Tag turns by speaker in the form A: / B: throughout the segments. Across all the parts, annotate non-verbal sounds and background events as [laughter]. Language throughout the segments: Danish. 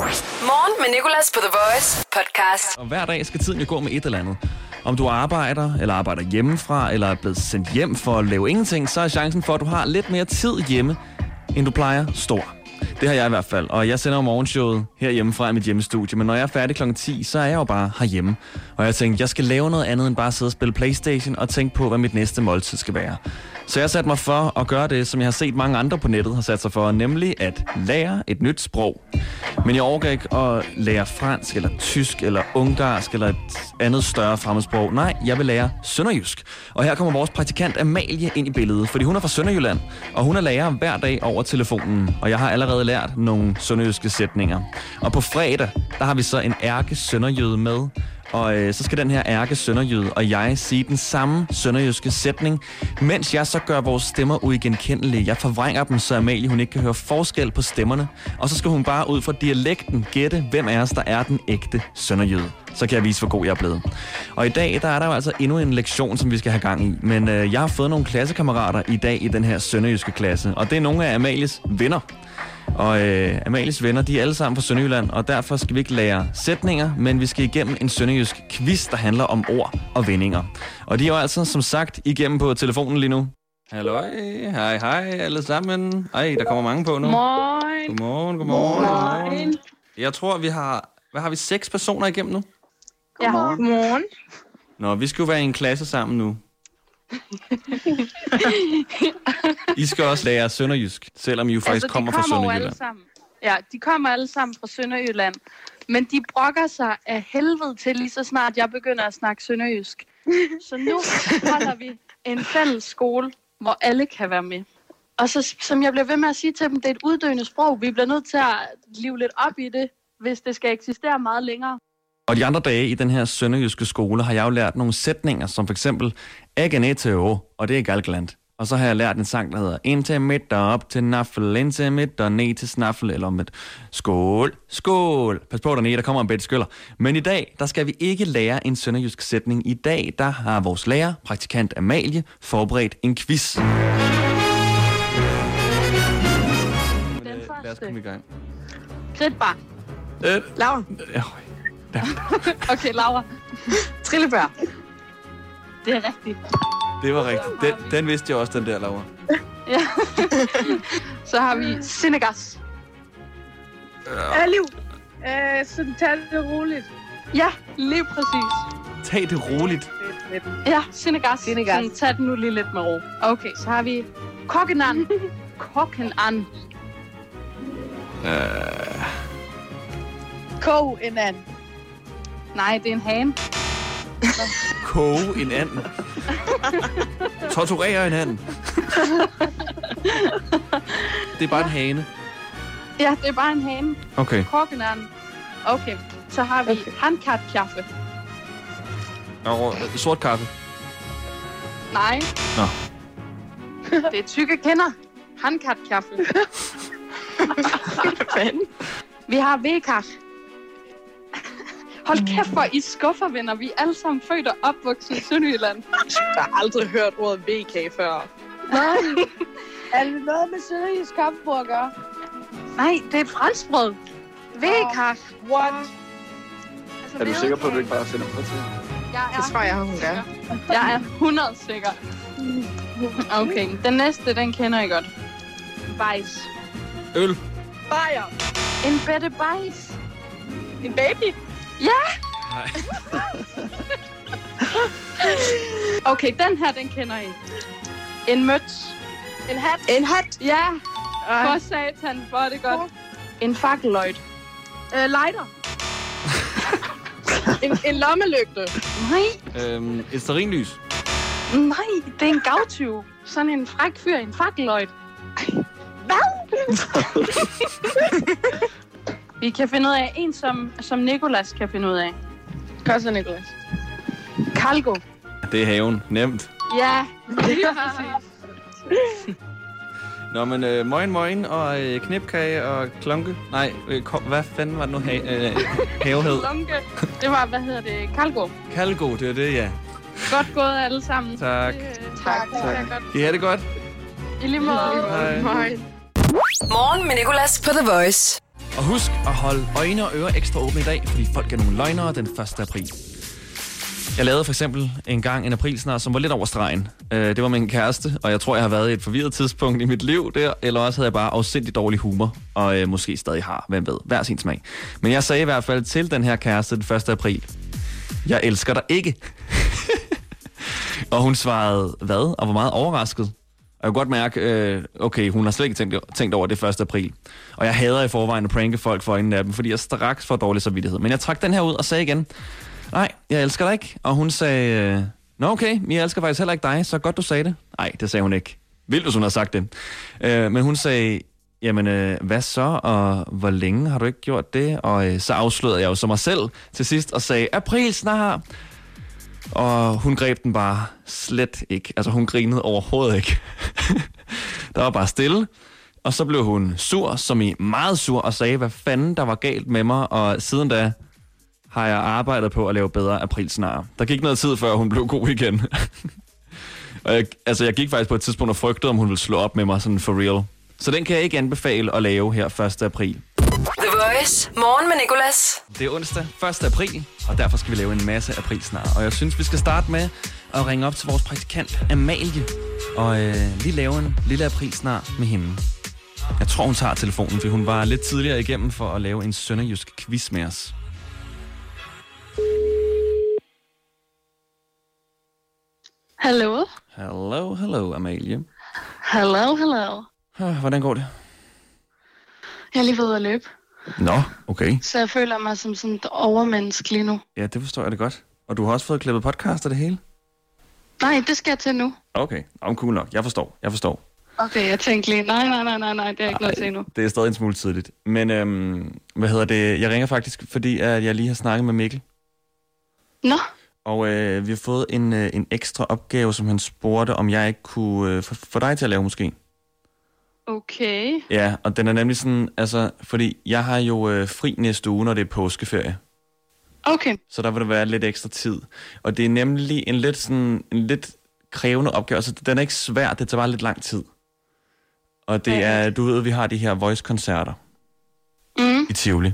A: Morgen med Nicolas på The Voice podcast.
B: Og hver dag skal tiden jo gå med et eller andet. Om du arbejder, eller arbejder hjemmefra, eller er blevet sendt hjem for at lave ingenting, så er chancen for, at du har lidt mere tid hjemme, end du plejer, stor. Det har jeg i hvert fald, og jeg sender jo morgenshowet herhjemme fra i mit hjemmestudie, men når jeg er færdig kl. 10, så er jeg jo bare herhjemme. Og jeg tænkte, jeg skal lave noget andet end bare sidde og spille Playstation og tænke på, hvad mit næste måltid skal være. Så jeg satte mig for at gøre det, som jeg har set mange andre på nettet har sat sig for, nemlig at lære et nyt sprog. Men jeg overgav ikke at lære fransk, eller tysk, eller ungarsk, eller et andet større fremmedsprog. Nej, jeg vil lære sønderjysk. Og her kommer vores praktikant Amalie ind i billedet, fordi hun er fra Sønderjylland, og hun er lærer hver dag over telefonen. Og jeg har allerede lært nogle sønderjyske sætninger. Og på fredag, der har vi så en ærke sønderjyde med, og øh, så skal den her ærke sønderjyde og jeg sige den samme sønderjyske sætning, mens jeg så gør vores stemmer uigenkendelige. Jeg forvrænger dem, så Amalie hun ikke kan høre forskel på stemmerne. Og så skal hun bare ud fra dialekten gætte, hvem af os, der er den ægte sønderjyde. Så kan jeg vise, hvor god jeg er blevet. Og i dag, der er der jo altså endnu en lektion, som vi skal have gang i. Men øh, jeg har fået nogle klassekammerater i dag i den her sønderjyske klasse. Og det er nogle af Amalies venner. Og øh, Amalies venner, de er alle sammen fra Sønderjylland, og derfor skal vi ikke lære sætninger, men vi skal igennem en sønderjysk quiz, der handler om ord og vendinger. Og de er jo altså, som sagt, igennem på telefonen lige nu. Hallo, hej, hej alle sammen. Ej, der kommer mange på nu.
C: Moin.
B: Godmorgen, godmorgen, godmorgen. Jeg tror, vi har, hvad har vi, seks personer igennem nu?
C: Ja, morgen.
B: Nå, vi skal jo være i en klasse sammen nu.
C: [laughs]
B: I skal også lære sønderjysk, selvom I jo faktisk
C: Altså, de
B: kommer,
C: kommer
B: fra
C: jo
B: Sønderjylland.
C: alle sammen. Ja, de kommer alle sammen fra Sønderjylland. Men de brokker sig af helvede til, lige så snart jeg begynder at snakke sønderjysk. Så nu holder vi en fælles skole, hvor alle kan være med. Og så, som jeg bliver ved med at sige til dem, det er et uddøende sprog. Vi bliver nødt til at live lidt op i det, hvis det skal eksistere meget længere.
B: Og de andre dage i den her sønderjyske skole har jeg jo lært nogle sætninger, som for eksempel Aganeteo, og det er Galgland. Og så har jeg lært en sang, der hedder Indtil midt og op til naffel, indtil midt og ned til snaffel, eller om et skål, skål. Pas på dernede, der kommer en bedt skyller. Men i dag, der skal vi ikke lære en sønderjysk sætning. I dag, der har vores lærer, praktikant Amalie, forberedt en quiz.
C: Den
B: Lad os
C: første.
B: komme i gang.
C: Krit bare.
B: Øh,
D: Laura,
B: øh,
C: [laughs] Okay, Laura.
D: trillebør.
C: Det er rigtigt.
B: det var rigtigt. Den, den vidste jeg også, den der, Laura.
C: Ja. [laughs] så har vi Senegas.
E: Ja, liv. Øh, sådan tag det roligt.
C: Ja, lige præcis.
B: Tag det roligt.
C: Ja, Sinegas.
D: Sinegas.
C: Sådan, tag den nu lige lidt med ro. Okay, så har vi
E: [laughs]
C: Kokkenan. Kokkenan.
F: Øh.
E: Kog en anden.
C: Nej, det er en
E: [laughs]
C: hane.
B: koge en anden. Torturere en anden. det er bare en hane.
C: Ja, det er bare en hane.
B: Okay.
C: Kokkenan. Okay, så har vi okay. handkatkaffe.
B: Og øh, sort kaffe.
C: Nej.
B: Nå.
C: [laughs] Det er tykke kender. Handkatkaffe. Vi har vekar. Hold kæft, hvor I skuffer, venner. Vi er alle sammen født og opvokset i Sønderjylland.
D: Jeg har aldrig hørt ordet VK før.
E: Nej. er det noget med sønderjysk kampbrug at gøre?
C: Nej, det er et franskbrød. Vekar.
E: What?
C: Altså,
G: Er du
C: ved
G: sikker på, at
C: kage.
G: du ikke bare sender mig til?
C: Jeg er,
D: Det tror jeg, hun gør.
C: jeg er 100 sikker. Okay, den næste, den kender I godt. Bajs.
B: Øl.
E: Bajer.
C: En bedte bajs.
E: En baby.
B: Nej.
C: Okay, den her, den kender I. En møts.
E: En hat.
D: En hot.
C: Ja, for satan, hvor er det godt. En fakkeløjt.
E: Øh, lighter.
D: En, en lommelygte.
C: Nej,
B: Øhm, et sterinlys.
C: nej, det er en gavtyv. Sådan en fræk fyr, i en fakkeløjt. Hvad? [laughs] Vi kan finde ud af en, som, som Nikolas kan finde ud af.
E: Koster Nicolas.
C: Kalgo.
B: Det er haven. Nemt.
C: Ja, lige præcis.
B: Nå, men øh, moin moin og øh, knipkage og klonke. Nej, øh, kom, hvad fanden var det nu ha- øh, [laughs] have hed?
C: Lunke. Det var, hvad hedder det, Kalgo.
B: Kalgo, det er det, ja.
C: Godt gået alle sammen.
B: Tak.
C: Øh, tak. tak. tak.
B: Kan I have det godt?
C: I lige måde.
B: Hej.
A: Morgen med Nicolas på The Voice.
B: Og husk at holde øjne og ører ekstra åbne i dag, fordi folk er nogle løgnere den 1. april. Jeg lavede for eksempel en gang en aprilsnar, som var lidt over stregen. Øh, Det var min kæreste, og jeg tror, jeg har været i et forvirret tidspunkt i mit liv der, eller også havde jeg bare afsindig dårlig humor, og øh, måske stadig har, hvem ved, hver sin smag. Men jeg sagde i hvert fald til den her kæreste den 1. april, jeg elsker dig ikke. og hun svarede, hvad? Og var meget overrasket. Og jeg kunne godt mærke, øh, okay, hun har slet ikke tænkt, tænkt over det 1. april. Og jeg hader i forvejen at pranke folk for øjnene af dem, fordi jeg straks får dårlig samvittighed. Men jeg trak den her ud og sagde igen, nej, jeg elsker dig ikke. Og hun sagde, øh, nå okay, men jeg elsker faktisk heller ikke dig, så godt du sagde det. Nej, det sagde hun ikke. Vildt, hvis hun havde sagt det. Øh, men hun sagde, jamen øh, hvad så, og hvor længe har du ikke gjort det? Og øh, så afslørede jeg jo så mig selv til sidst og sagde, april snart. Og hun greb den bare slet ikke. Altså hun grinede overhovedet ikke. [laughs] der var bare stille. Og så blev hun sur, som i meget sur, og sagde, hvad fanden der var galt med mig. Og siden da har jeg arbejdet på at lave bedre aprilsnare. Der gik noget tid, før hun blev god igen. [laughs] og jeg, altså, jeg gik faktisk på et tidspunkt og frygtede, om hun ville slå op med mig sådan for real. Så den kan jeg ikke anbefale at lave her 1. april.
A: The Voice. Morgen med Nicolas.
B: Det er onsdag 1. april, og derfor skal vi lave en masse aprilsnare. Og jeg synes, vi skal starte med at ringe op til vores praktikant Amalie, og øh, lige lave en lille aprilsnar med hende. Jeg tror, hun tager telefonen, for hun var lidt tidligere igennem for at lave en sønderjysk quiz med os.
H: Hallo?
B: Hello, hello, Amalie.
H: Hallo, hallo.
B: Ah, Hvordan går det?
H: Jeg er lige ved at løbe,
B: Nå, okay.
H: så jeg føler mig som sådan et overmenneske lige nu.
B: Ja, det forstår jeg det godt. Og du har også fået klippet podcast og det hele?
H: Nej, det skal jeg til nu.
B: Okay, om cool nok. Jeg forstår, jeg forstår.
H: Okay, jeg tænkte lige, nej, nej, nej, nej, nej, det er jeg ikke noget til endnu.
B: Det er stadig en smule tidligt. Men øhm, hvad hedder det? Jeg ringer faktisk, fordi at jeg lige har snakket med Mikkel.
H: Nå,
B: Og øh, vi har fået en, øh, en ekstra opgave, som han spurgte, om jeg ikke kunne øh, få- få dig til at lave måske.
H: okay.
B: Ja, og den er nemlig sådan, altså, fordi jeg har jo øh, fri næste uge, når det er påskeferie.
H: Okay,
B: Så der vil der være lidt ekstra tid. Og det er nemlig en lidt, sådan, en lidt krævende opgave. Altså, den er ikke svær, det tager bare lidt lang tid. Og det er, du ved, vi har de her voice-koncerter
H: mm,
B: i Tivoli.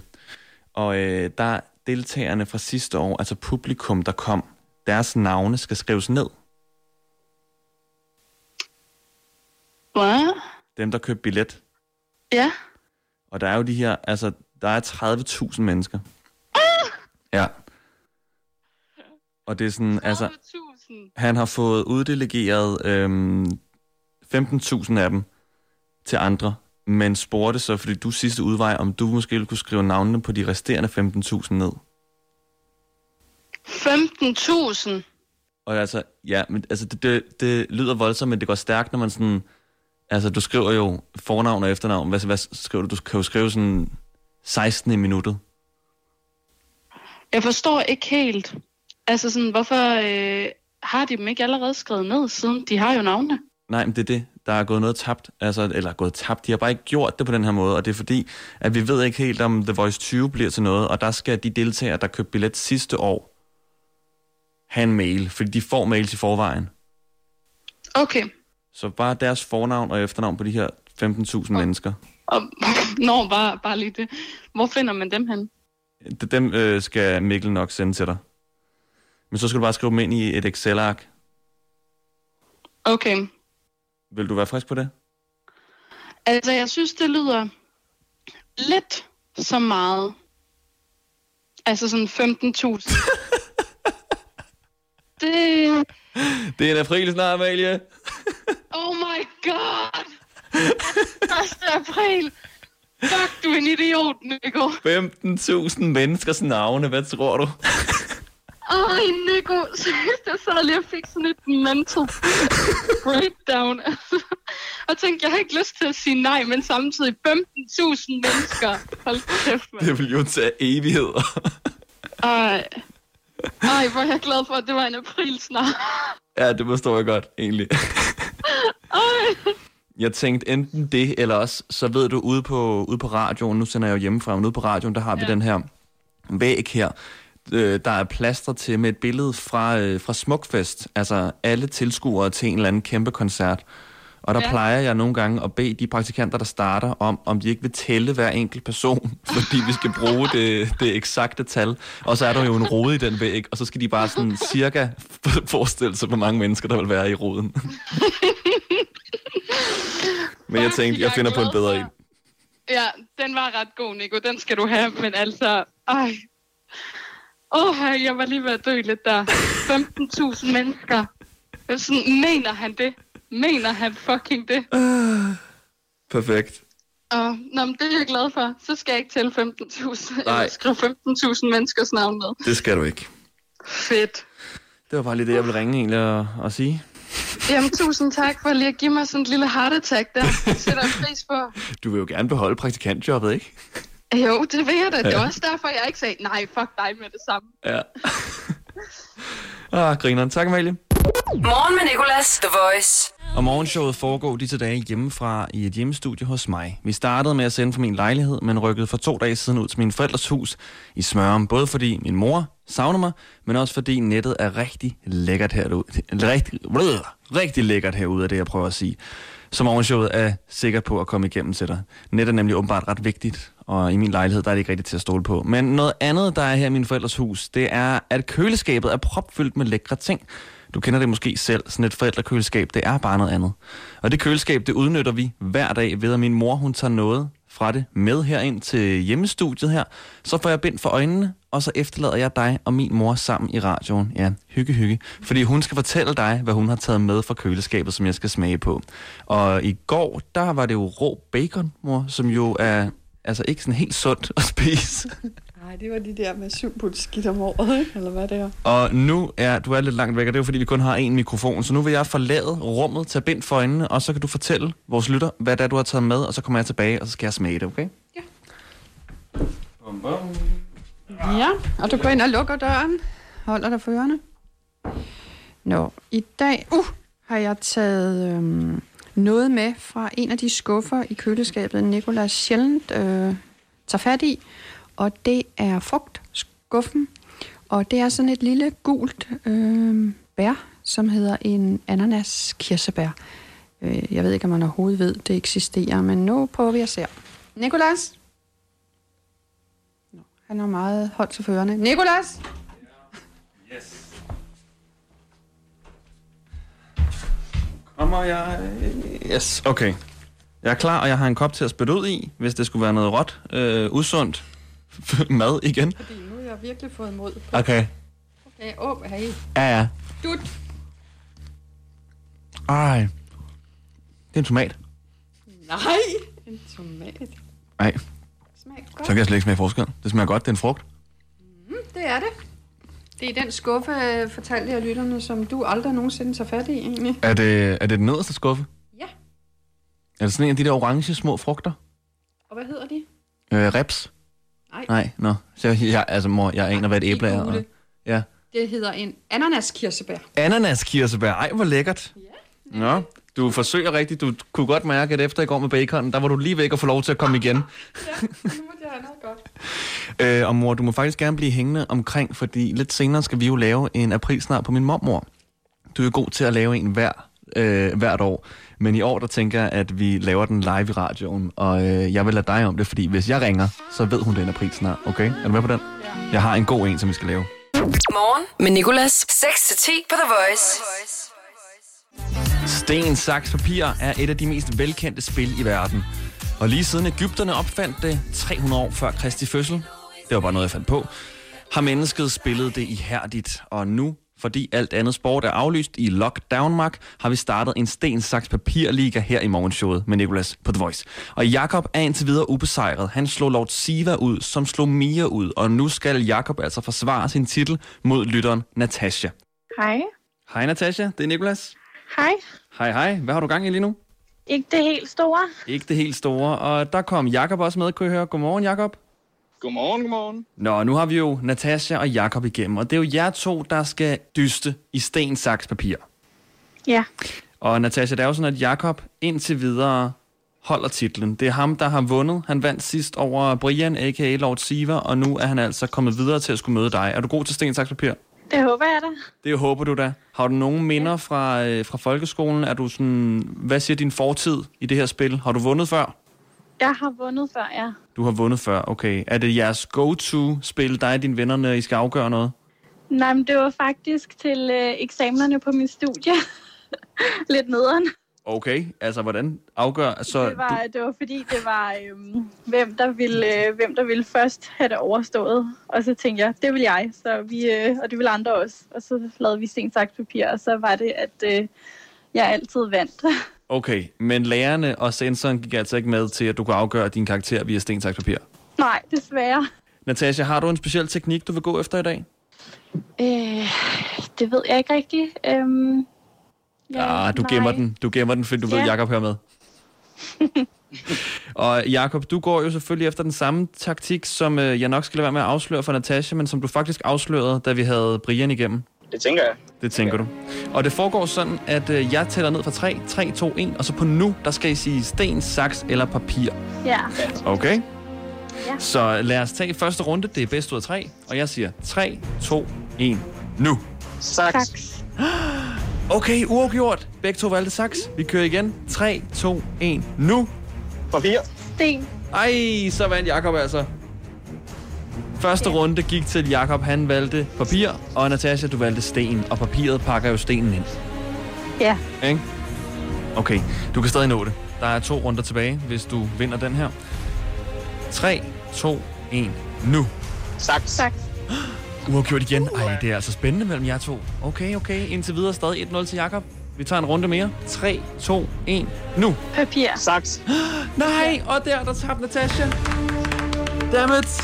B: Og øh, der deltagerne fra sidste år, altså publikum, der kom, deres navne skal skrives ned.
H: hvad?
B: Dem, der købte billet.
H: Ja,
B: Og der er jo de her, altså, der er 30.000 mennesker. Ja. Og det er sådan, altså,
H: 30.000.
B: han har fået uddelegeret øhm, 15.000 af dem til andre, men spurgte så, fordi du sidste udvej, om du måske ville kunne skrive navnene på de resterende 15.000 ned.
H: 15.000.
B: Og altså, ja, men altså, det, det, det lyder voldsomt, men det går stærkt, når man sådan... Altså, du skriver jo fornavn og efternavn. Hvad, hvad skriver du? Du kan jo skrive sådan 16 i minuttet.
H: Jeg forstår ikke helt, altså sådan, hvorfor øh, har de dem ikke allerede skrevet ned, siden de har jo navne?
B: Nej, men det er det. Der er gået noget tabt. Altså, eller gået tabt. De har bare ikke gjort det på den her måde, og det er fordi, at vi ved ikke helt, om The Voice 20 bliver til noget, og der skal de deltagere, der købte billet sidste år, have en mail, fordi de får mails i forvejen.
H: Okay,
B: Så bare deres fornavn og efternavn på de her 15.000 mennesker.
H: og når bare, bare lige det. Hvor finder man dem hen?
B: Det- Dem øh, skal Mikkel nok sende til dig. Men så skal du bare skrive dem ind i et Excel-ark.
H: Okay,
B: Vil du være frisk på det?
H: altså jeg synes, det lyder lidt så meget. Altså sådan 15.000. det...
B: Det er en april snart, Amalie.
H: Oh my god! 1. april! Fuck, du er en idiot, Nico.
B: 15.000 menneskers navne, hvad tror du?
H: Ej, Nico, seriøst, jeg sad lige og fik sådan et mental breakdown. altså. og tænkte, jeg har ikke lyst til at sige nej, men samtidig 15.000 mennesker. Hold kæft, mand.
B: Det vil jo tage evigheder.
H: Ej. Ej, hvor er jeg glad for, at det var en april snart.
B: ja, det forstår jeg godt, egentlig.
H: Ej.
B: Jeg tænkte enten det, eller også, så ved du, ude på, ude på radioen, nu sender jeg jo hjemmefra, men ude på radioen, der har vi ja. den her væg her, øh, der er plaster til med et billede fra, øh, fra Smukfest. Altså alle tilskuere til en eller anden kæmpe koncert. Og der ja.
C: Ja.
B: plejer jeg nogle gange at bede de praktikanter, der starter, om, om de ikke vil tælle hver enkelt person, [laughs] fordi vi skal bruge det, det eksakte tal. Og så er der jo en rode i den væg, og så skal de bare sådan cirka forestille sig, hvor mange mennesker, der vil være i roden. Men jeg tænkte, jeg finder på en bedre en.
C: Ja, den var ret god, Nico. Den skal du have, men altså... Ej. Åh, oh, jeg var lige ved at dø lidt der. 15.000 mennesker. Jeg er sådan, mener han det? Mener han fucking det?
B: Perfekt.
C: Og, nå, men det er jeg glad for. Så skal jeg ikke tælle 15.000.
B: Nej.
C: Nej. Skriv 15.000 menneskers navn med.
B: Det skal du ikke.
C: Fedt.
B: Det var bare lige det, jeg ville ringe egentlig og, og sige.
C: Jamen, tusind tak for lige at give mig sådan en lille heart attack der. Det sætter jeg pris på.
B: Du vil jo gerne beholde praktikantjobbet, ikke?
C: Jo, det ved jeg da. Det er også derfor, jeg ikke sagde, nej, fuck dig med det samme.
B: Ja. [laughs] ah, grineren. Tak, Amalie.
A: Morgen med Nicolas, The Voice.
B: Og morgenshowet foregår disse dage hjemmefra i et hjemmestudie hos mig. Vi startede med at sende fra min lejlighed, men rykkede for to dage siden ud til mine forældres hus i Smørum. Både fordi min mor savner mig, men også fordi nettet er rigtig lækkert herude. Rigtig, blød, rigtig lækkert herude, er det jeg prøver at sige. Så morgenshowet er sikker på at komme igennem til dig. Net er nemlig åbenbart ret vigtigt, og i min lejlighed der er det ikke rigtigt til at stole på. Men noget andet, der er her i min forældres hus, det er, at køleskabet er propfyldt med lækre ting. Du kender det måske selv, sådan et forældrekøleskab, det er bare noget andet. Og det køleskab, det udnytter vi hver dag ved, at min mor, hun tager noget fra det med herind til hjemmestudiet her. Så får jeg bind for øjnene, og så efterlader jeg dig og min mor sammen i radioen. Ja, hygge, hygge. Fordi hun skal fortælle dig, hvad hun har taget med fra køleskabet, som jeg skal smage på. Og i går, der var det jo rå bacon, mor, som jo er altså ikke sådan helt sundt at spise.
G: Nej, det var de der med syv pund skidt om året, ikke? eller hvad det er.
B: Og nu er du er lidt langt væk, og det er jo fordi, vi kun har én mikrofon. Så nu vil jeg forlade rummet, tage bind for øjnene, og så kan du fortælle vores lytter, hvad det er, du har taget med, og så kommer jeg tilbage, og så skal jeg smage det, okay?
G: Ja, og du går ind og lukker døren, holder dig for ørerne. Nå, i dag uh, har jeg taget øhm, noget med fra en af de skuffer i køleskabet, Nikolas sjældent øh, tager fat i, og det er frugtskuffen. Og det er sådan et lille gult øh, bær, som hedder en ananas kirsebær. Øh, jeg ved ikke, om man overhovedet ved, det eksisterer, men nu prøver vi at se. Nikolas? Han er meget holdt til førende. Nikolas!
B: Kommer jeg... Yes, okay. Jeg er klar, og jeg har en kop til at spytte ud i, hvis det skulle være noget råt, øh, usundt [laughs] mad igen.
G: Fordi nu har jeg virkelig fået mod på.
B: Okay.
G: Okay, åh, oh, hey.
B: Ja, ja.
G: Dut.
B: Ej. Det er en tomat.
G: Nej, en tomat.
B: Nej,
G: Smag
B: så
G: godt. Mm,
B: kan jeg slet ikke smage forskel. Det smager godt, det er en frugt.
G: Det er det. Det er den skuffe, øh, fortalte jeg lytterne, som du aldrig nogensinde tager fat i, egentlig.
B: Er det, er det den nederste skuffe?
G: Ja.
B: Er det sådan en af de der orange små frugter?
G: Og hvad hedder de?
B: Øh, reps?
G: Nej.
B: Nej, nå. Så jeg, jeg, altså, mor, jeg aner, hvad et æble er. Og...
G: gule.
B: Ja.
G: Det hedder en ananaskirsebær.
B: Ananaskirsebær. Ej, hvor lækkert. Ja. Nå, du forsøger rigtigt. Du kunne godt mærke, at efter i går med baconen, der var du lige væk og få lov til at komme igen.
G: Nu må jeg have noget godt.
B: Øh, og mor, du må faktisk gerne blive hængende omkring, fordi lidt senere skal vi jo lave en aprilsnar på min mormor. Du er god til at lave en hver, øh, hvert år, men i år der tænker jeg, at vi laver den live i radioen, og øh, jeg vil lade dig om det, fordi hvis jeg ringer, så ved hun, den er aprilsnar, okay? Er du med på den? Jeg har en god en, som vi skal lave.
A: Morgen med Nicolas. 6-10 på The Voice.
B: Sten, saks, papir er et af de mest velkendte spil i verden. Og lige siden Ægypterne opfandt det 300 år før Kristi fødsel, det var bare noget, jeg fandt på, har mennesket spillet det ihærdigt. Og nu, fordi alt andet sport er aflyst i lockdown mark, har vi startet en sten, saks, papir liga her i morgenshowet med Nicolas på The Voice. Og Jakob er indtil videre ubesejret. Han slog Lord Siva ud, som slog Mia ud, og nu skal Jakob altså forsvare sin titel mod lytteren Natasha.
E: Hej.
B: Hej Natasha, det er Nicolas.
E: Hej.
B: Hej hej, hvad har du gang i lige nu?
E: Ikke det helt store.
B: Ikke det helt store. Og der kom Jakob også med, kunne jeg høre. Godmorgen, Jakob.
F: Godmorgen, godmorgen.
B: Nå, nu har vi jo Natasha og Jakob igennem, og det er jo jer to, der skal dyste i sten, saks, papir.
E: Ja.
B: Og Natasha, det er jo sådan, at Jakob indtil videre holder titlen. Det er ham, der har vundet. Han vandt sidst over Brian, a.k.a. Lord Siva, og nu er han altså kommet videre til at skulle møde dig. Er du god til sten, saks, papir?
E: Det håber jeg da.
B: Det håber du da. Har du nogen minder fra, øh, fra folkeskolen? Er du sådan, hvad siger din fortid i det her spil? Har du vundet før?
E: Jeg har vundet før, ja.
B: Du har vundet før, okay. Er det jeres go-to-spil, dig og dine venner, når I skal afgøre noget?
E: Nej, men det var faktisk til øh, eksamenerne på min studie. [laughs] Lidt nederen.
B: Okay, altså hvordan afgør... Så
E: Det var, det var fordi, det var, øhm, hvem, der ville, øh, hvem der ville først have det overstået. Og så tænkte jeg, det vil jeg, så vi, øh, og det vil andre også. Og så lavede vi sent sagt papir, og så var det, at øh, jeg altid vandt. [laughs]
B: Okay, men lærerne og sensoren gik altså ikke med til, at du kunne afgøre din karakter via sten, saks, papir.
E: Nej, desværre.
B: Natasha, har du en speciel teknik, du vil gå efter i dag?
E: Øh, det ved jeg ikke rigtigt. Øhm,
B: Ja, ah, du gemmer den. Du gemmer den, fordi du ja. ved,
E: Ja.
B: Jakob hører [laughs] med. og Jakob, du går jo selvfølgelig efter den samme taktik, som øh, jeg nok skal lade være med at afsløre for Natasha, men som du faktisk afslørede, da vi havde Brian igennem.
F: Det tænker jeg.
B: Det tænker du. Og det foregår sådan, at øh, jeg tæller ned fra 3, 3, 2, 1, og så på nu, der skal I sige sten, saks eller papir.
E: Ja,
B: Okay.
E: Ja.
B: Så lad os tage første runde. Det er bedst ud af tre. Og jeg siger 3, 2, 1, nu.
F: Saks.
E: saks.
B: [gasps] Okay, uafgjort. Begge to valgte saks. Vi kører igen. 3, 2, 1, nu.
F: Papir.
E: Sten.
B: Ej, så vandt Jakob altså. Første runde gik til Jakob. Han valgte papir, og Natasha, du valgte sten. Og papiret pakker jo stenen ind.
E: Ja.
B: Ikke? Okay, du kan stadig nå det. Der er to runder tilbage, hvis du vinder den her. 3, 2, 1, nu.
F: Saks.
E: Saks.
B: Uafgjort igen. Ej, det er altså spændende mellem jer to. Okay, okay. Indtil videre stadig 1-0 til Jakob. Vi tager en runde mere. 3, 2, 1, nu.
E: Papir.
F: Saks.
B: [gasps] Nej, og der, der tabte Natasha. Dammit.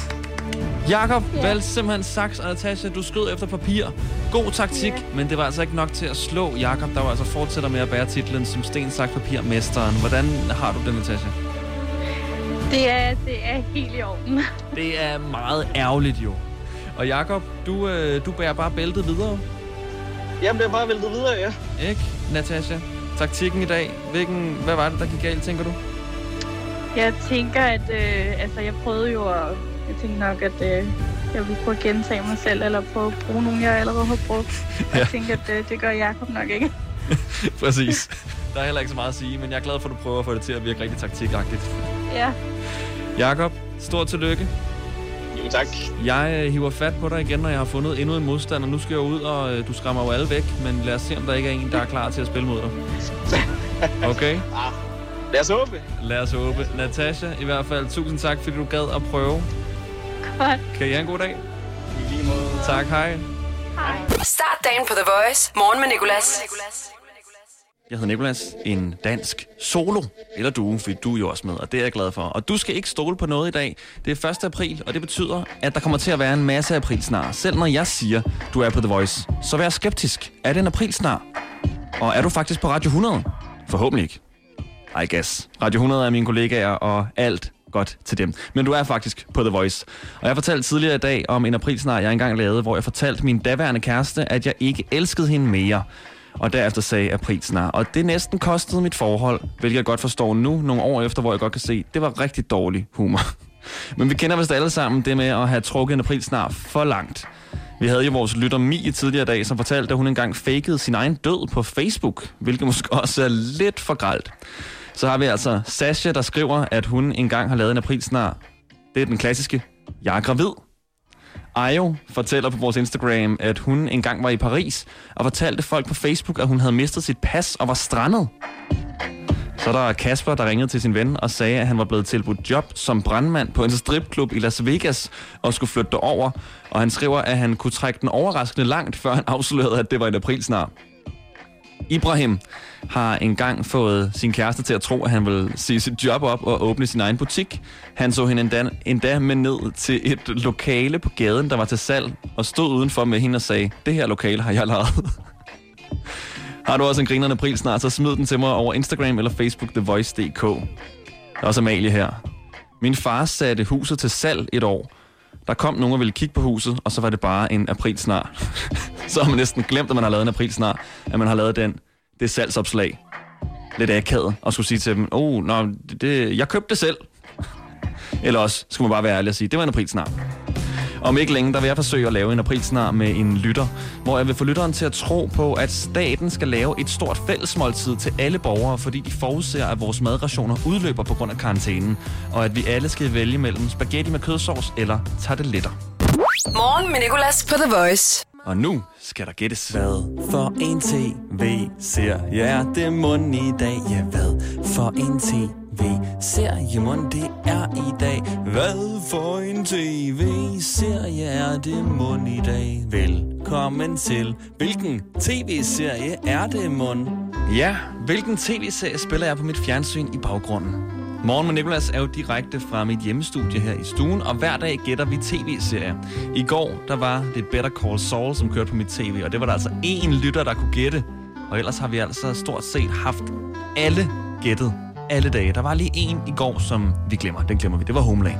B: Jakob yeah. valgte simpelthen saks, og Natasha, du skød efter papir. God taktik, yeah. men det var altså ikke nok til at slå Jakob, der jo altså fortsætter med at bære titlen som sten, saks, papirmesteren. Hvordan har du det, Natasha?
E: Det er, det er helt i orden.
B: Det er meget ærgerligt jo. Og Jakob, du, øh, du bærer bare bæltet videre,
F: Jamen, det er bare væltet videre, ja.
B: ikke, Natasha? Taktikken i dag, hvilken, hvad var det, der gik galt, tænker du?
E: Jeg tænker, at øh, altså, jeg prøvede jo at... Jeg tænkte nok, at øh, jeg ville prøve at gentage mig selv, eller prøve at bruge nogen, jeg allerede har brugt. Ja.
B: Ja.
E: Jeg tænker, at øh, det gør Jacob nok ikke.
B: [laughs] Præcis. Der er heller ikke så meget at sige, men jeg er glad for, at du prøver at få det til at virke rigtig taktikagtigt.
E: Ja,
B: Jakob, stort tillykke.
F: Jo, tak.
B: Jeg øh, hiver fat på dig igen, når jeg har fundet endnu en modstander. Nu skal jeg ud, og øh, du skræmmer jo alle væk, men lad os se, om der ikke er en, der er klar til at
F: [laughs]
B: spille mod dig. Okay,
F: Ah, Lad os håbe.
B: lad os håbe. Natasha, i hvert fald, tusind tak, fordi du gad at prøve.
E: godt.
B: Kan I have en god dag?
F: I lige måde.
B: Tak, hej.
A: Start dagen på The Voice. Morgen med Nicolas.
B: Jeg hedder Nikolas, en dansk solo, eller du, fordi du er jo også med, og det er jeg glad for. Og du skal ikke stole på noget i dag. Det er 1. april, og det betyder, at der kommer til at være en masse aprilsnar. Selv når jeg siger, du er på The Voice, så vær skeptisk. Er det en aprilsnar? Og er du faktisk på Radio 100? Forhåbentlig ikke. I guess. Radio 100 er mine kollegaer, og alt godt til dem. Men du er faktisk på The Voice. Og jeg fortalte tidligere i dag om en aprilsnar, jeg engang lavede, hvor jeg fortalte min daværende kæreste, at jeg ikke elskede hende mere. Og derefter sagde aprilsnar. Og det næsten kostede mit forhold, hvilket jeg godt forstår nu, nogle år efter, hvor jeg godt kan se, det var rigtig dårlig humor. [laughs] Men vi kender vist alle sammen det med at have trukket en aprilsnar for langt. Vi havde jo vores lytter Mie tidligere i dag, som fortalte, at hun engang fakede sin egen død på Facebook, hvilket måske også er lidt for gralt. Så har vi altså Sasha, der skriver, at hun engang har lavet en aprilsnar. Det er den klassiske, jeg er gravid. Ayo fortæller på vores Instagram, at hun engang var i Paris og fortalte folk på Facebook, at hun havde mistet sit pas og var strandet. Så er der Kasper, der ringede til sin ven og sagde, at han var blevet tilbudt job som brandmand på en stripklub i Las Vegas og skulle flytte derover. Og han skriver, at han kunne trække den overraskende langt, før han afslørede, at det var en aprilsnar. Ibrahim har engang fået sin kæreste til at tro, at han ville sige sit job op og åbne sin egen butik. Han så hende endda, endda med ned til et lokale på gaden, der var til salg, og stod udenfor med hende og sagde, det her lokale har jeg lejet. Har du også en grinerende april snart, så smid den til mig over Instagram eller Facebook TheVoice.dk. Der er også Amalie her. Min far satte huset til salg et år. Der kom nogen og ville kigge på huset, og så var det bare en april snar. [laughs] så har man næsten glemt, at man har lavet en april snar, at man har lavet den. Det er salgsopslag. Lidt akavet og skulle sige til dem, oh, nå, det, det, jeg købte det selv. Eller også skulle man bare være ærlig og sige, det var en april snar. Om ikke længe, der vil jeg forsøge at lave en aprilsnar med en lytter, hvor jeg vil få lytteren til at tro på, at staten skal lave et stort fællesmåltid til alle borgere, fordi de forudser, at vores madrationer udløber på grund af karantænen, og at vi alle skal vælge mellem spaghetti med kødsovs eller tarteletter.
A: Morgen med Nicolas på The Voice.
B: Og nu skal der gættes. Hvad for en tv ser ja, det er mund i dag? Ja, hvad for en tv ser ja, mund det er i dag? Hvad for en tv ser ja, er det mund i dag? Velkommen til. Hvilken tv-serie er det mund? Ja, hvilken tv-serie spiller jeg på mit fjernsyn i baggrunden? Morgen med Nicolas er jo direkte fra mit hjemmestudie her i stuen, og hver dag gætter vi tv-serier. I går, der var det Better Call Saul, som kørte på mit tv, og det var der altså én lytter, der kunne gætte. Og ellers har vi altså stort set haft alle gættet alle dage. Der var lige en i går, som vi glemmer. Den glemmer vi. Det var Homeland.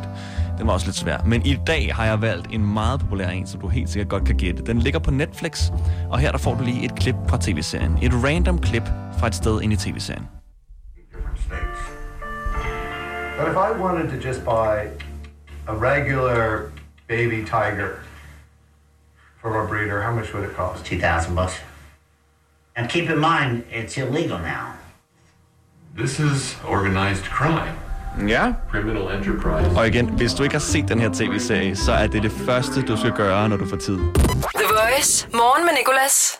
B: Den var også lidt svær. Men i dag har jeg valgt en meget populær en, som du helt sikkert godt kan gætte. Den ligger på Netflix, og her der får du lige et klip fra tv-serien. Et random klip fra et sted ind i tv-serien.
I: different states. But if I wanted to just buy a regular baby tiger from a breeder, how much would it cost?
J: two thousand bucks. And keep in mind, it's illegal now.
K: This is organized crime,
B: Ja.
K: criminal enterprise.
B: Og igen, hvis du ikke har set den her tv-serie, så er det det første, du skal gøre, når du får tid.
A: The Voice. Morgen med Nicolas.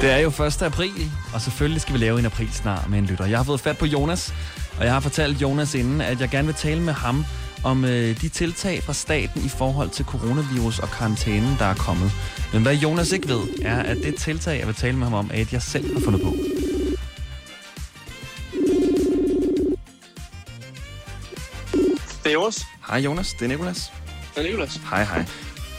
B: Det er jo 1. april, og selvfølgelig skal vi lave en april snart med en lytter. Jeg har fået fat på Jonas, og jeg har fortalt Jonas inden, at jeg gerne vil tale med ham om øh, de tiltag fra staten i forhold til coronavirus og karantænen, der er kommet. Men hvad Jonas ikke ved, er, at det tiltag, jeg vil tale med ham om, er et, jeg selv har fundet på.
F: Det er Jonas.
B: Hej Jonas, det er Nikolas.
F: Det er Nicolas.
B: Hej, hej.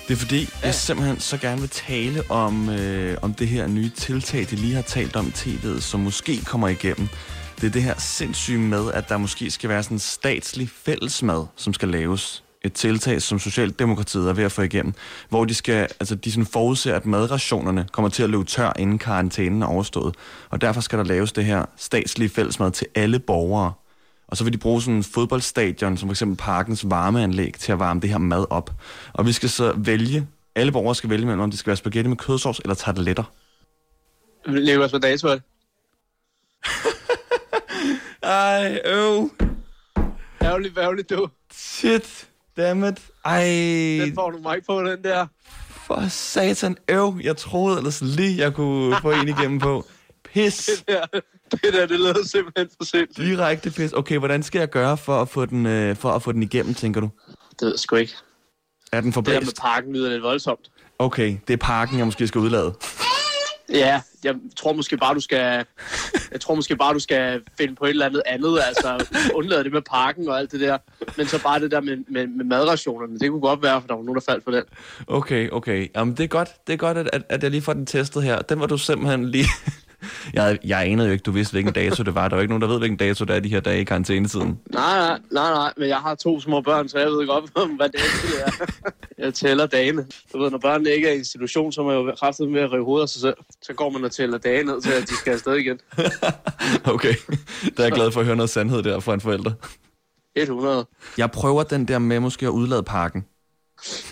B: Det er fordi, ja. jeg simpelthen så gerne vil tale om, øh, om det her nye tiltag, de lige har talt om i tv'et, som måske kommer igennem. Det er det her sindssyge med, at der måske skal være sådan en statslig fællesmad, som skal laves. Et tiltag, som Socialdemokratiet er ved at få igennem, hvor de skal, altså de sådan forudser, at madrationerne kommer til at løbe tør, inden karantænen er overstået. Og derfor skal der laves det her statslige fællesmad til alle borgere. Og så vil de bruge sådan en fodboldstadion, som for eksempel parkens varmeanlæg, til at varme det her mad op. Og vi skal så vælge, alle borgere skal vælge mellem, om det skal være spaghetti med kødsovs eller tarteletter.
F: Nicolas, hvad [laughs] dato er det?
B: Ej, øv.
F: Ærgerligt, ærgerligt, du.
B: Shit. Dammit. Ej,
F: Den får du mig ikke på, den der.
B: for satan. Øv. Jeg troede ellers lige, jeg kunne få en igennem på. Pis.
F: Ja, [laughs] det der, det lyder simpelthen for sindssygt.
B: Direkte pis. Okay, hvordan skal jeg gøre for at få den, øh, for at få den igennem, tænker du?
F: Det ved jeg sgu ikke.
B: Er den
F: Det der med
B: forblæst?
F: parken lyder lidt voldsomt.
B: Okay, det er parken, jeg måske skal udlade.
F: Ja, jeg tror måske bare, du skal... Jeg tror måske bare, du skal finde på et eller andet andet. Altså, undlade det med parken og alt det der. Men så bare det der med, med, med madrationerne. Det kunne godt være, for der var nogen, der faldt for den.
B: Okay, okay. Jamen, det er godt, det er godt at, at, at jeg lige får den testet her. Den var du simpelthen lige... [laughs] jeg, jeg anede jo ikke, du vidste, hvilken dato det var. Der er jo ikke nogen, der ved, hvilken dato det er de her dage i karantænetiden. [laughs]
F: Nej, nej, nej, nej, men jeg har to små børn, så jeg ved godt, [laughs] hvad det er. det er. Jeg tæller dagene. Du ved, når børnene ikke er i institution, så er man jo kraftigt med at rive hovedet af sig selv. Så går man og tæller dage ned til, at de skal afsted igen.
B: Okay, der er jeg glad for at høre noget sandhed der fra en forælder.
F: 100.
B: Jeg prøver den der med måske at udlade parken.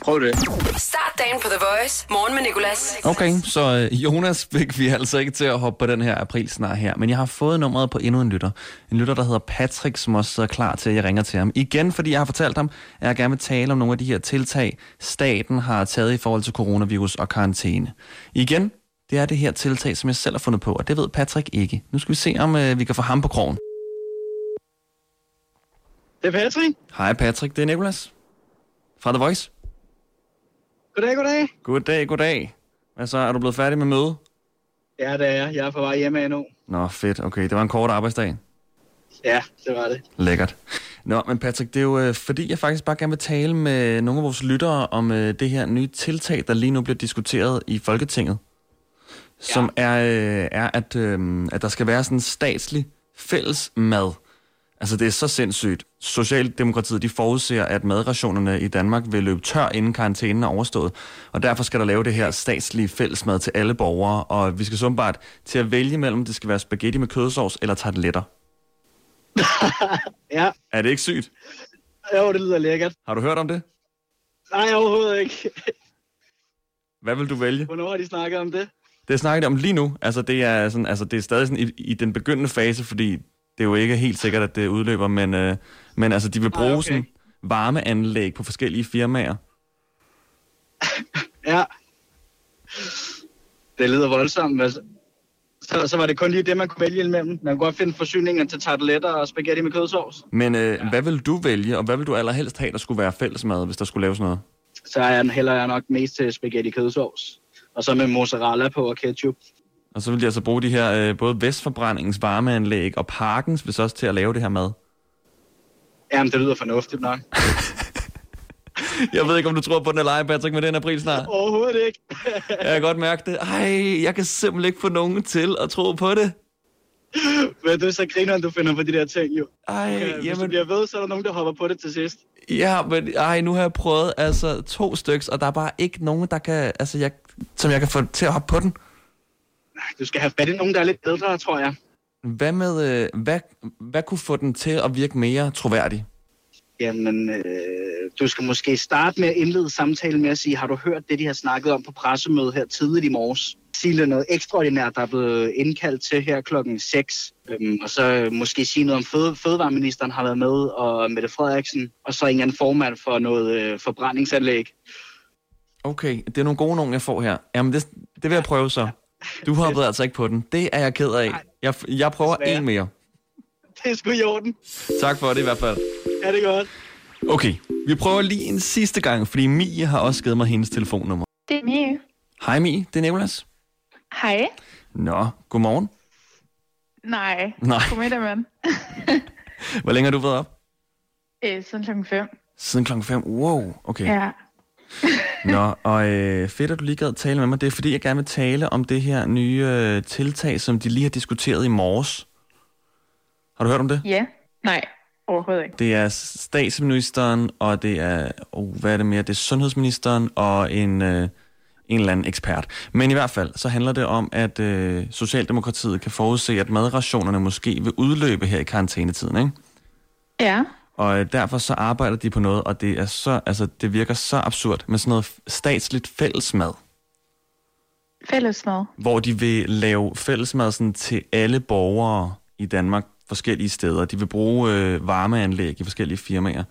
F: Prøv det.
A: Start dagen på The Voice. Morgen med Nicolas.
B: Okay, så øh, Jonas fik vi altså ikke til at hoppe på den her aprilsnar her, men jeg har fået nummeret på endnu en lytter. En lytter, der hedder Patrick, som også sidder klar til, at jeg ringer til ham. Igen, fordi jeg har fortalt ham, at jeg gerne vil tale om nogle af de her tiltag, staten har taget i forhold til coronavirus og karantæne. Igen, det er det her tiltag, som jeg selv har fundet på, og det ved Patrick ikke. Nu skal vi se, om øh, vi kan få ham på krogen.
D: Det er Patrick.
B: Hej Patrick, det er Nicolas fra The Voice.
D: Goddag, goddag.
B: Goddag, goddag. Hvad så, er du blevet færdig med møde?
D: Ja, det er jeg. Jeg er på vej hjemme endnu.
B: Nå, fedt. Okay, det var en kort arbejdsdag.
D: Ja, det var det.
B: Lækkert. Nå, men Patrick, det er jo øh, fordi, jeg faktisk bare gerne vil tale med nogle af vores lyttere om øh, det her nye tiltag, der lige nu bliver diskuteret i Folketinget, som er, øh, er at, øh, at der skal være sådan en statslig fælles mad. Altså, det er så sindssygt. Socialdemokratiet, de forudser, at madrationerne i Danmark vil løbe tør, inden karantænen er overstået. Og derfor skal der lave det her statslige fællesmad til alle borgere. Og vi skal summbart til at vælge mellem, det skal være spaghetti med kødsovs eller tarteletter.
D: Ja,
B: Er det ikke sygt?
D: jo, det lyder lækkert.
B: Har du hørt om det?
D: Nej, overhovedet ikke.
B: Hvad vil du vælge?
D: Hvornår har de snakket om det?
B: Det snakker de om lige nu. Altså, det er, sådan, altså, det er stadig sådan i, i den begyndende fase, fordi det er jo ikke helt sikkert, at det udløber, men, øh, men altså, de vil bruge okay. sådan varmeanlæg på forskellige firmaer.
D: Ja. Det lyder voldsomt, altså. Så, så var det kun lige det, man kunne vælge imellem. Man kunne godt finde forsyninger til tarteletter og spaghetti med kødsovs.
B: Men øh, ja. hvad vil du vælge, og hvad vil du allerhelst have, der skulle være fællesmad, hvis der skulle laves noget?
D: Så er jeg, hælder jeg nok mest til spaghetti kødsovs. Og så med mozzarella på og ketchup.
B: Og så vil de altså bruge de her, øh, både Vestforbrændingens varmeanlæg og Parkens, hvis også til at lave det her mad.
D: Jamen, det lyder fornuftigt nok.
B: [laughs] Jeg ved ikke, om du tror på den eller ej, Patrick, men den er april snart.
D: Overhovedet ikke.
B: Jeg
D: [laughs]
B: kan godt mærke det. Ej, jeg kan simpelthen ikke få nogen til at tro på det.
D: Men du er så griner, du finder på de der ting, jo.
B: Ej,
D: Øh, Hvis du
B: jamen-
D: bliver ved, så er der nogen, der hopper på det til sidst.
B: Ja, men ej, nu har jeg prøvet altså to styks, og der er bare ikke nogen, der kan, altså, jeg, som jeg kan få til at hoppe på den.
D: Du skal have fat i nogen, der er lidt ældre, tror jeg.
B: Hvad med, øh, hvad, hvad kunne få den til at virke mere troværdig?
D: Jamen, øh, du skal måske starte med at indlede samtalen med at sige, har du hørt det, de har snakket om på pressemødet her tidligt i morges? Sige lidt noget ekstraordinært, der er blevet indkaldt til her klokken 6. Øhm, og så øh, måske sige noget om føde, fødevareministeren har været med, og Mette Frederiksen, og så en eller anden formand for noget øh, forbrændingsanlæg.
B: Okay, det er nogle gode nogen, jeg får her. Jamen, det, det vil jeg prøve så. Du hoppede altså ikke på den. Det er jeg ked af. Jeg, jeg prøver en mere.
D: Det er sgu i orden.
B: Tak for det i hvert fald.
D: Ja, det er godt.
B: Okay, vi prøver lige en sidste gang, fordi Mie har også givet mig hendes telefonnummer.
L: Det er Mie.
B: Hej Mie, det er Nicolas.
L: Hej.
B: Nå, godmorgen.
L: Nej.
B: Nej.
L: Godmiddag, mand.
B: Hvor længe har du været op?
L: Øh, siden klokken fem.
B: Siden klokken 5. Wow, okay.
L: Ja.
B: Nå, og øh, fedt, at du lige gad tale med mig. Det er fordi, jeg gerne vil tale om det her nye øh, tiltag, som de lige har diskuteret i morges. Har du hørt om det?
L: Ja. Nej, overhovedet ikke.
B: Det er statsministeren, og det er, oh, hvad er det mere? Det er sundhedsministeren og en, øh, en eller anden ekspert. Men i hvert fald, så handler det om, at øh, Socialdemokratiet kan forudse, at madrationerne måske vil udløbe her i karantænetiden, ikke?
L: Ja.
B: Og øh, derfor så arbejder de på noget, og det, er så, altså, det virker så absurd med sådan noget f- statsligt fællesmad.
L: Fællesmad.
B: hvor de vil lave fællesmad sådan, til alle borgere i Danmark forskellige steder. De vil bruge øh, varmeanlæg i forskellige firmaer.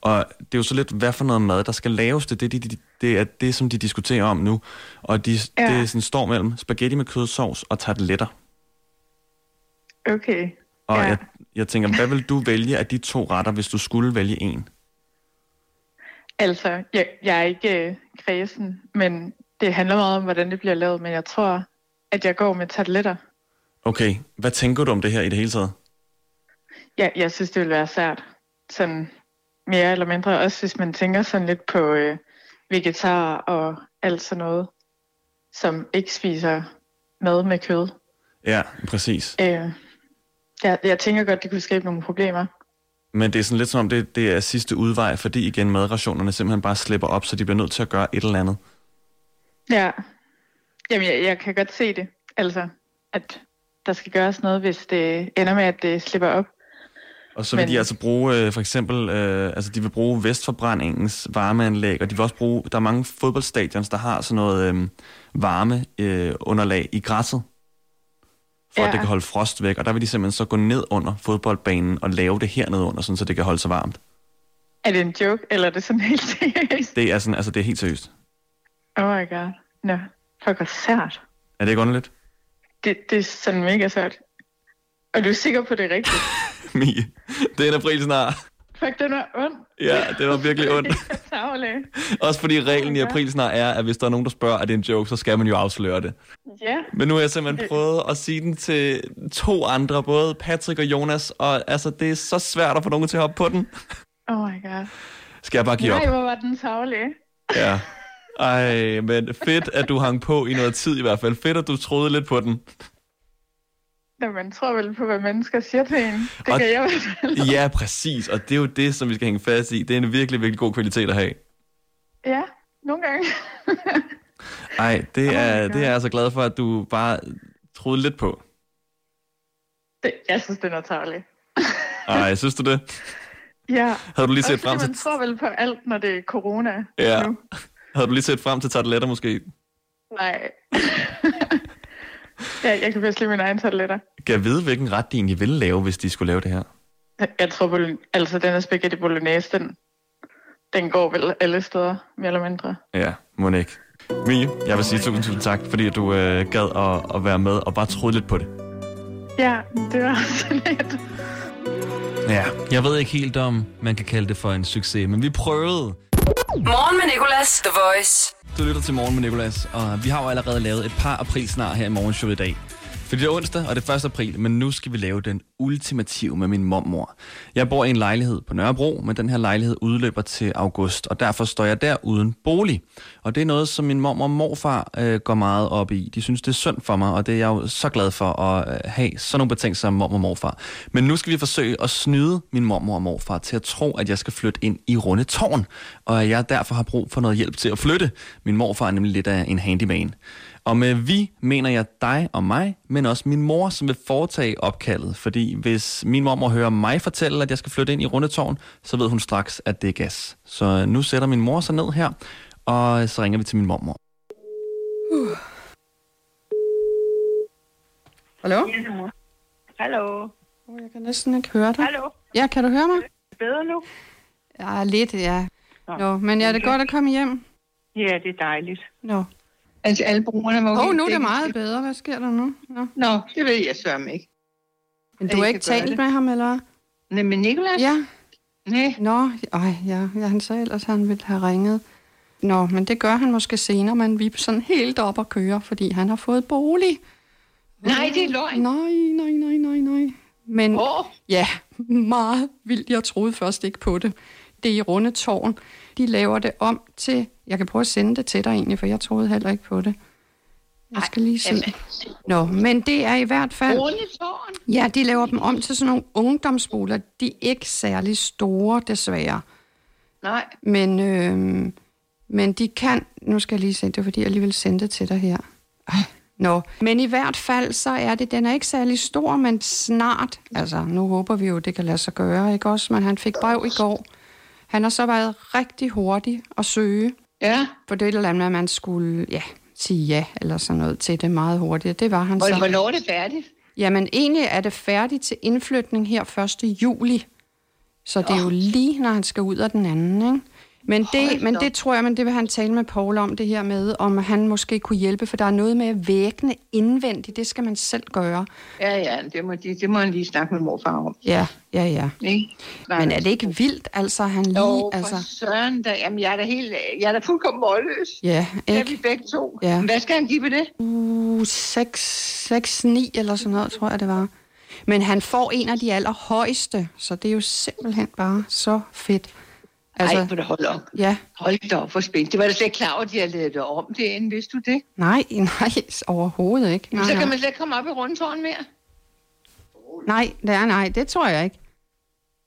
B: Og det er jo så lidt, hvad for noget mad, der skal laves. Det, er det, det, det er det, som de diskuterer om nu. Og de, ja.
L: Ja.
B: det er sådan, står mellem spaghetti med kødsovs og tarteletter.
L: Okay.
B: Og
L: Ja.
B: ja. jeg, jeg tænker, hvad vil du vælge af de to retter, hvis du skulle vælge en?
L: Altså, jeg, jeg er ikke øh, kredsen, men det handler meget om, hvordan det bliver lavet. Men jeg tror, at jeg går med tarteletter.
B: Okay, hvad tænker du om det her i det hele taget?
L: Jeg, jeg synes, det ville være sært. Sådan mere eller mindre. Også hvis man tænker sådan lidt på øh, vegetar og alt sådan noget, som ikke spiser mad med kød.
B: Ja, præcis.
L: Øh, jeg, jeg tænker godt, det kunne skabe nogle problemer.
B: Men det er sådan lidt som om, det, det er sidste udvej, fordi igen madrationerne simpelthen bare slipper op, så de bliver nødt til at gøre et eller andet.
L: Ja. Jamen, jeg, jeg kan godt se det. Altså, at der skal gøres noget, hvis det ender med, at det slipper op.
B: Og så vil Men...
L: Men-
B: de altså bruge, øh, for eksempel, øh, altså de vil bruge Vestforbrændingens varmeanlæg, og de vil også bruge, der er mange fodboldstadions, der har sådan noget øh, varme øh, underlag i græsset, for ja.
L: Ja.
B: at det kan holde frost væk. Og der vil de simpelthen så gå ned under fodboldbanen og lave det hernede under, sådan, så det kan holde sig varmt.
L: Er det en joke, eller er det sådan helt seriøst? [laughs]
B: Det er, sådan, altså, det er helt seriøst.
L: Oh my god. Nå, fuck, hvor sært.
B: Er det ikke underligt? [laughs]
L: Det, det er sådan mega sært. Og du er sikker på, det er rigtigt?
B: Mie, det er en april snart.
L: Fuck, den var ond.
B: Ja, det var virkelig
L: [laughs]
B: ondt.
L: Tavle.
B: Også fordi reglen i april snart er, at hvis der er nogen, der spørger, at det er en joke, så skal man jo afsløre det.
L: Ja. Øh,
B: Men nu har jeg simpelthen prøvet at sige den til to andre, både Patrick og Jonas, og altså, det er så svært at få nogen til at hoppe på den.
L: Oh my god.
B: Skal jeg bare give op?
L: Nej, hvor var den tavle.
B: Ja. Ej, men fedt, at du hang på i noget tid i hvert fald. Fedt, at du troede lidt på den.
L: Når man tror vel på, hvad mennesker siger til en. Det
B: Og-
L: kan jeg i hvert fald.
B: Ja, præcis, og det er jo det, som vi skal hænge fast i. Det er en virkelig, virkelig god kvalitet at have.
L: Ja, nogle gange. [laughs]
B: Ej, det er, det er jeg så glad for, at du bare troede lidt på.
L: Det, jeg synes, den er tavle.
B: Ej, synes du det?
L: Ja.
B: Havde du lige set
L: Også fordi
B: frem til-
L: Man tror vel på alt, når det er corona.
B: Ja. Havde du lige set frem til tarteletter måske?
L: Nej. [laughs] ja, jeg kan bedst lide mine egne tabletter.
B: Kan jeg vide, hvilken ret de egentlig ville lave, hvis de skulle lave det her?
L: Jeg tror, bolo- altså den her spaghetti bolognese, den, den går vel alle steder, mere eller mindre.
B: Ja, må ikke. Mie, jeg vil sige tusind, tusind tak, fordi du øh, gad at, at være med og bare troede lidt på det.
L: Ja, det var sådan lidt.
B: Ja. Jeg ved ikke helt, om man kan kalde det for en succes, men vi prøvede.
A: Morgen med Nicolas, The Voice.
B: Du lytter til Morgen med Nicolas, og vi har jo allerede lavet et par aprilsnar her i morgenshowet i dag. For det er onsdag, og det er 1. april, men nu skal vi lave den ultimative med min mormor. Jeg bor i en lejlighed på Nørrebro, men den her lejlighed udløber til august, og derfor står jeg der uden bolig. Og det er noget, som min mormor og morfar øh, går meget op i. De synes, det er synd for mig, og det er jeg jo så glad for at øh, have sådan nogle betingelser som mormor og morfar. Men nu skal vi forsøge at snyde min mormor og morfar til at tro, at jeg skal flytte ind i Runde Tårn, og at jeg derfor har brug for noget hjælp til at flytte. Min morfar er nemlig lidt af en handyman. Og med vi mener jeg dig og mig, men også min mor, som vil foretage opkaldet. Fordi hvis min mormor hører mig fortælle, at jeg skal flytte ind i Rundetårn, så ved hun straks, at det er gas. Så nu sætter min mor sig ned her, og så ringer vi til min mormor.
M: Uh.
G: Hallo?
M: Hallo.
G: Oh, jeg kan næsten ikke høre dig.
M: Hallo.
G: Ja, kan du høre mig?
M: Bedre nu?
G: Ja, lidt, ja.
M: Nå.
G: Nå, men ja, det er
M: Okay.
G: godt at komme hjem.
M: Ja, det er dejligt.
G: Nå.
M: Altså, alle brugerne var jo
G: Åh, oh,
M: helt
G: nu er det
M: dækket
G: meget
M: til.
G: bedre. Hvad sker der nu? Nå.
M: Nå, det ved jeg sørme ikke.
G: Men
M: at
G: du har
M: I
G: ikke
M: kan gøre
G: talt
M: det.
G: med ham, eller?
M: Nej, men Nicolas?
G: Ja.
M: Nej.
G: Nå, ej, ja. ja. Han sagde ellers, at han ville have ringet. Nå, men det gør han måske senere, men vi er sådan helt op at køre, fordi han har fået bolig.
M: Nej, det er løgn.
G: Nej, nej, nej, nej, nej. Men
M: Åh.
G: ja, [laughs] meget vildt. Jeg troede først ikke på det. Det er i Runde Tårn. De laver det om til... Jeg kan prøve at sende det til dig egentlig, for jeg troede heller ikke på det. Jeg skal lige se. Nå, men det er i hvert fald...
M: Rundetårn?
G: Ja, de laver dem om til sådan nogle ungdomsboliger. De er ikke særlig store, desværre.
M: Nej.
G: Men, øh, men de kan... Nu skal jeg lige se, det er fordi, jeg alligevel sendte det til dig her. Ej, Nå, men i hvert fald, så er det... Den er ikke særlig stor, men snart... Altså, nu håber vi jo, det kan lade sig gøre, ikke også? Men han fik brev i går. Han har så været rigtig hurtig at søge.
M: Ja.
G: For det er et eller andet, at man skulle... Ja, sige ja, eller sådan noget til det meget hurtigt. Det var han
M: Hvor,
G: så.
M: hvornår er det færdigt?
G: Jamen, egentlig er det færdigt til indflytning her 1. juli. Så det er jo lige, når han skal ud af den anden, ikke? Men det, men det tror jeg, men det vil han tale med Paul om, det her med, om han måske kunne hjælpe, for der er noget med at vægne indvendigt, det skal man selv gøre.
M: Ja, ja, det må, de, det må han lige snakke med morfar om.
G: Ja, ja, ja.
M: Ikke?
G: Men er det ikke vildt, altså, han lige,
M: Jo, altså.
G: altså...
M: søren da. Jamen, jeg er da, helt, jeg er da fuldkommen målløs.
G: Ja,
M: Det er
G: ikke?
M: vi begge to.
G: Ja.
M: Hvad skal han give på det?
G: Uh, 6, 6, 9 eller sådan noget, tror jeg, det var. Men han får en af de allerhøjeste, så det er jo simpelthen bare så fedt.
M: Altså, Ej, på det hold op.
G: Ja,
M: Hold da op for spændt. Det var da slet ikke klar over, at de havde lavet det om det inden, vidste du det?
G: nej, [laughs] nej, overhovedet ikke.
M: Nej,
G: Nej,
M: så kan
G: nej.
M: man slet ikke komme op i rundtårn mere.
G: nej, nej, nej, det tror jeg ikke.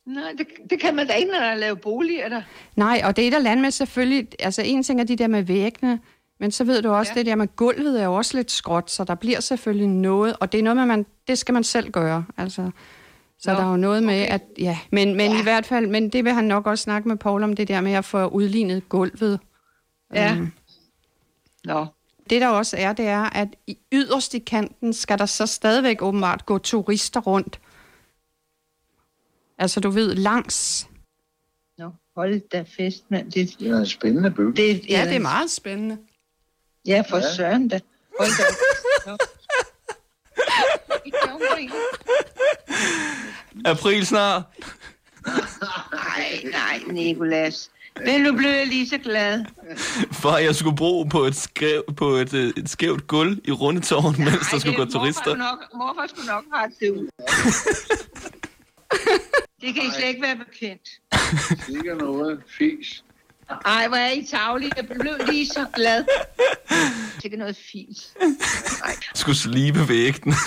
M: Nej, det, det kan man da ikke, når der er lavet boliger der.
G: Nej, og det er et eller andet med selvfølgelig, altså en ting er de der med væggene, men så ved du også, ja. det der med gulvet er jo også lidt skråt, så der bliver selvfølgelig noget, og det er noget med, man, det skal man selv gøre, altså. Så Nå, der er jo noget med, okay. at ja, men, men ja. i hvert fald, men det vil han nok også snakke med Paul om, det der med at få udlignet gulvet.
M: Ja.
G: Øhm,
M: Nå.
G: Det der også er, det er, at i yderst i kanten skal der så stadigvæk åbenbart gå turister rundt. Altså du ved, langs.
M: Nå, hold da fest, mand. Det,
N: Det er en spændende bygning.
M: det,
G: Ja, det er meget spændende.
M: Ja, for
N: Ja.
M: ja. søren da. Hold da. Nå.
B: April snart!
M: [laughs] Nej, nej, Nicolas. Men nu blev jeg lige så glad.
B: For at jeg skulle bo på et, skæv, på et, øh, et skævt gulv i
M: [laughs]
B: Rundetårn, mens der skulle gå
M: det-
B: turister.
M: Morfar, nok, morfar skulle nok rette det ud. det kan I slet ikke være bekendt.
N: Sikke noget fis.
M: Ej, hvor er I tavlige. Jeg blev lige så glad. Sikke noget fint.
B: Skulle slibe vægten. [laughs]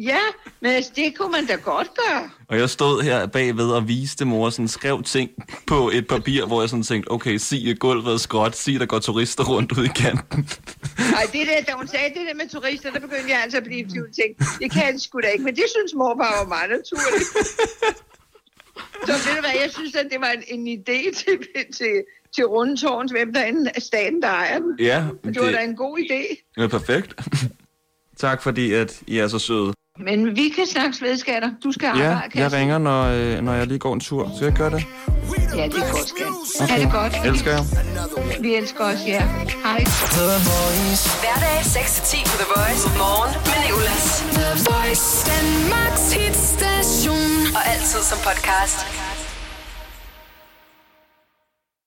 M: Ja, men altså, det kunne man da godt gøre.
B: Og jeg stod her bagved og viste mor, sådan skrev ting på et papir, hvor jeg sådan tænkte, okay, sig at gulvet er skråt, sig der går turister rundt ud i kanten. [laughs]
M: Ej, det der, da hun sagde det der med turister, der begyndte jeg altså at blive i tvivl. Tænkte, det kan jeg sgu da ikke, men det synes mor bare var meget naturligt. Så ved du hvad, jeg synes, at det var en, en idé til, til, til rundetårns, hvem der end er staten, der ejer den.
B: Ja,
M: Det var
B: det-
M: da en god idé.
B: Det er perfekt. [laughs] tak fordi, at I er så søde.
M: Men vi kan snakke ved, skatter. Du skal
B: Ja,
M: arbejde,
B: jeg
M: Kasper.
B: ringer, når, øh, når jeg lige går en tur. Skal jeg gøre det?
M: Ja, det er godt, skat. Okay. Er det godt?
B: Elsker jer.
M: Vi elsker os, ja. Hej.
A: Hverdag 6-10 på The Voice. Morgen med Nicolas. The Voice. Danmarks hitstation. Og altid som podcast.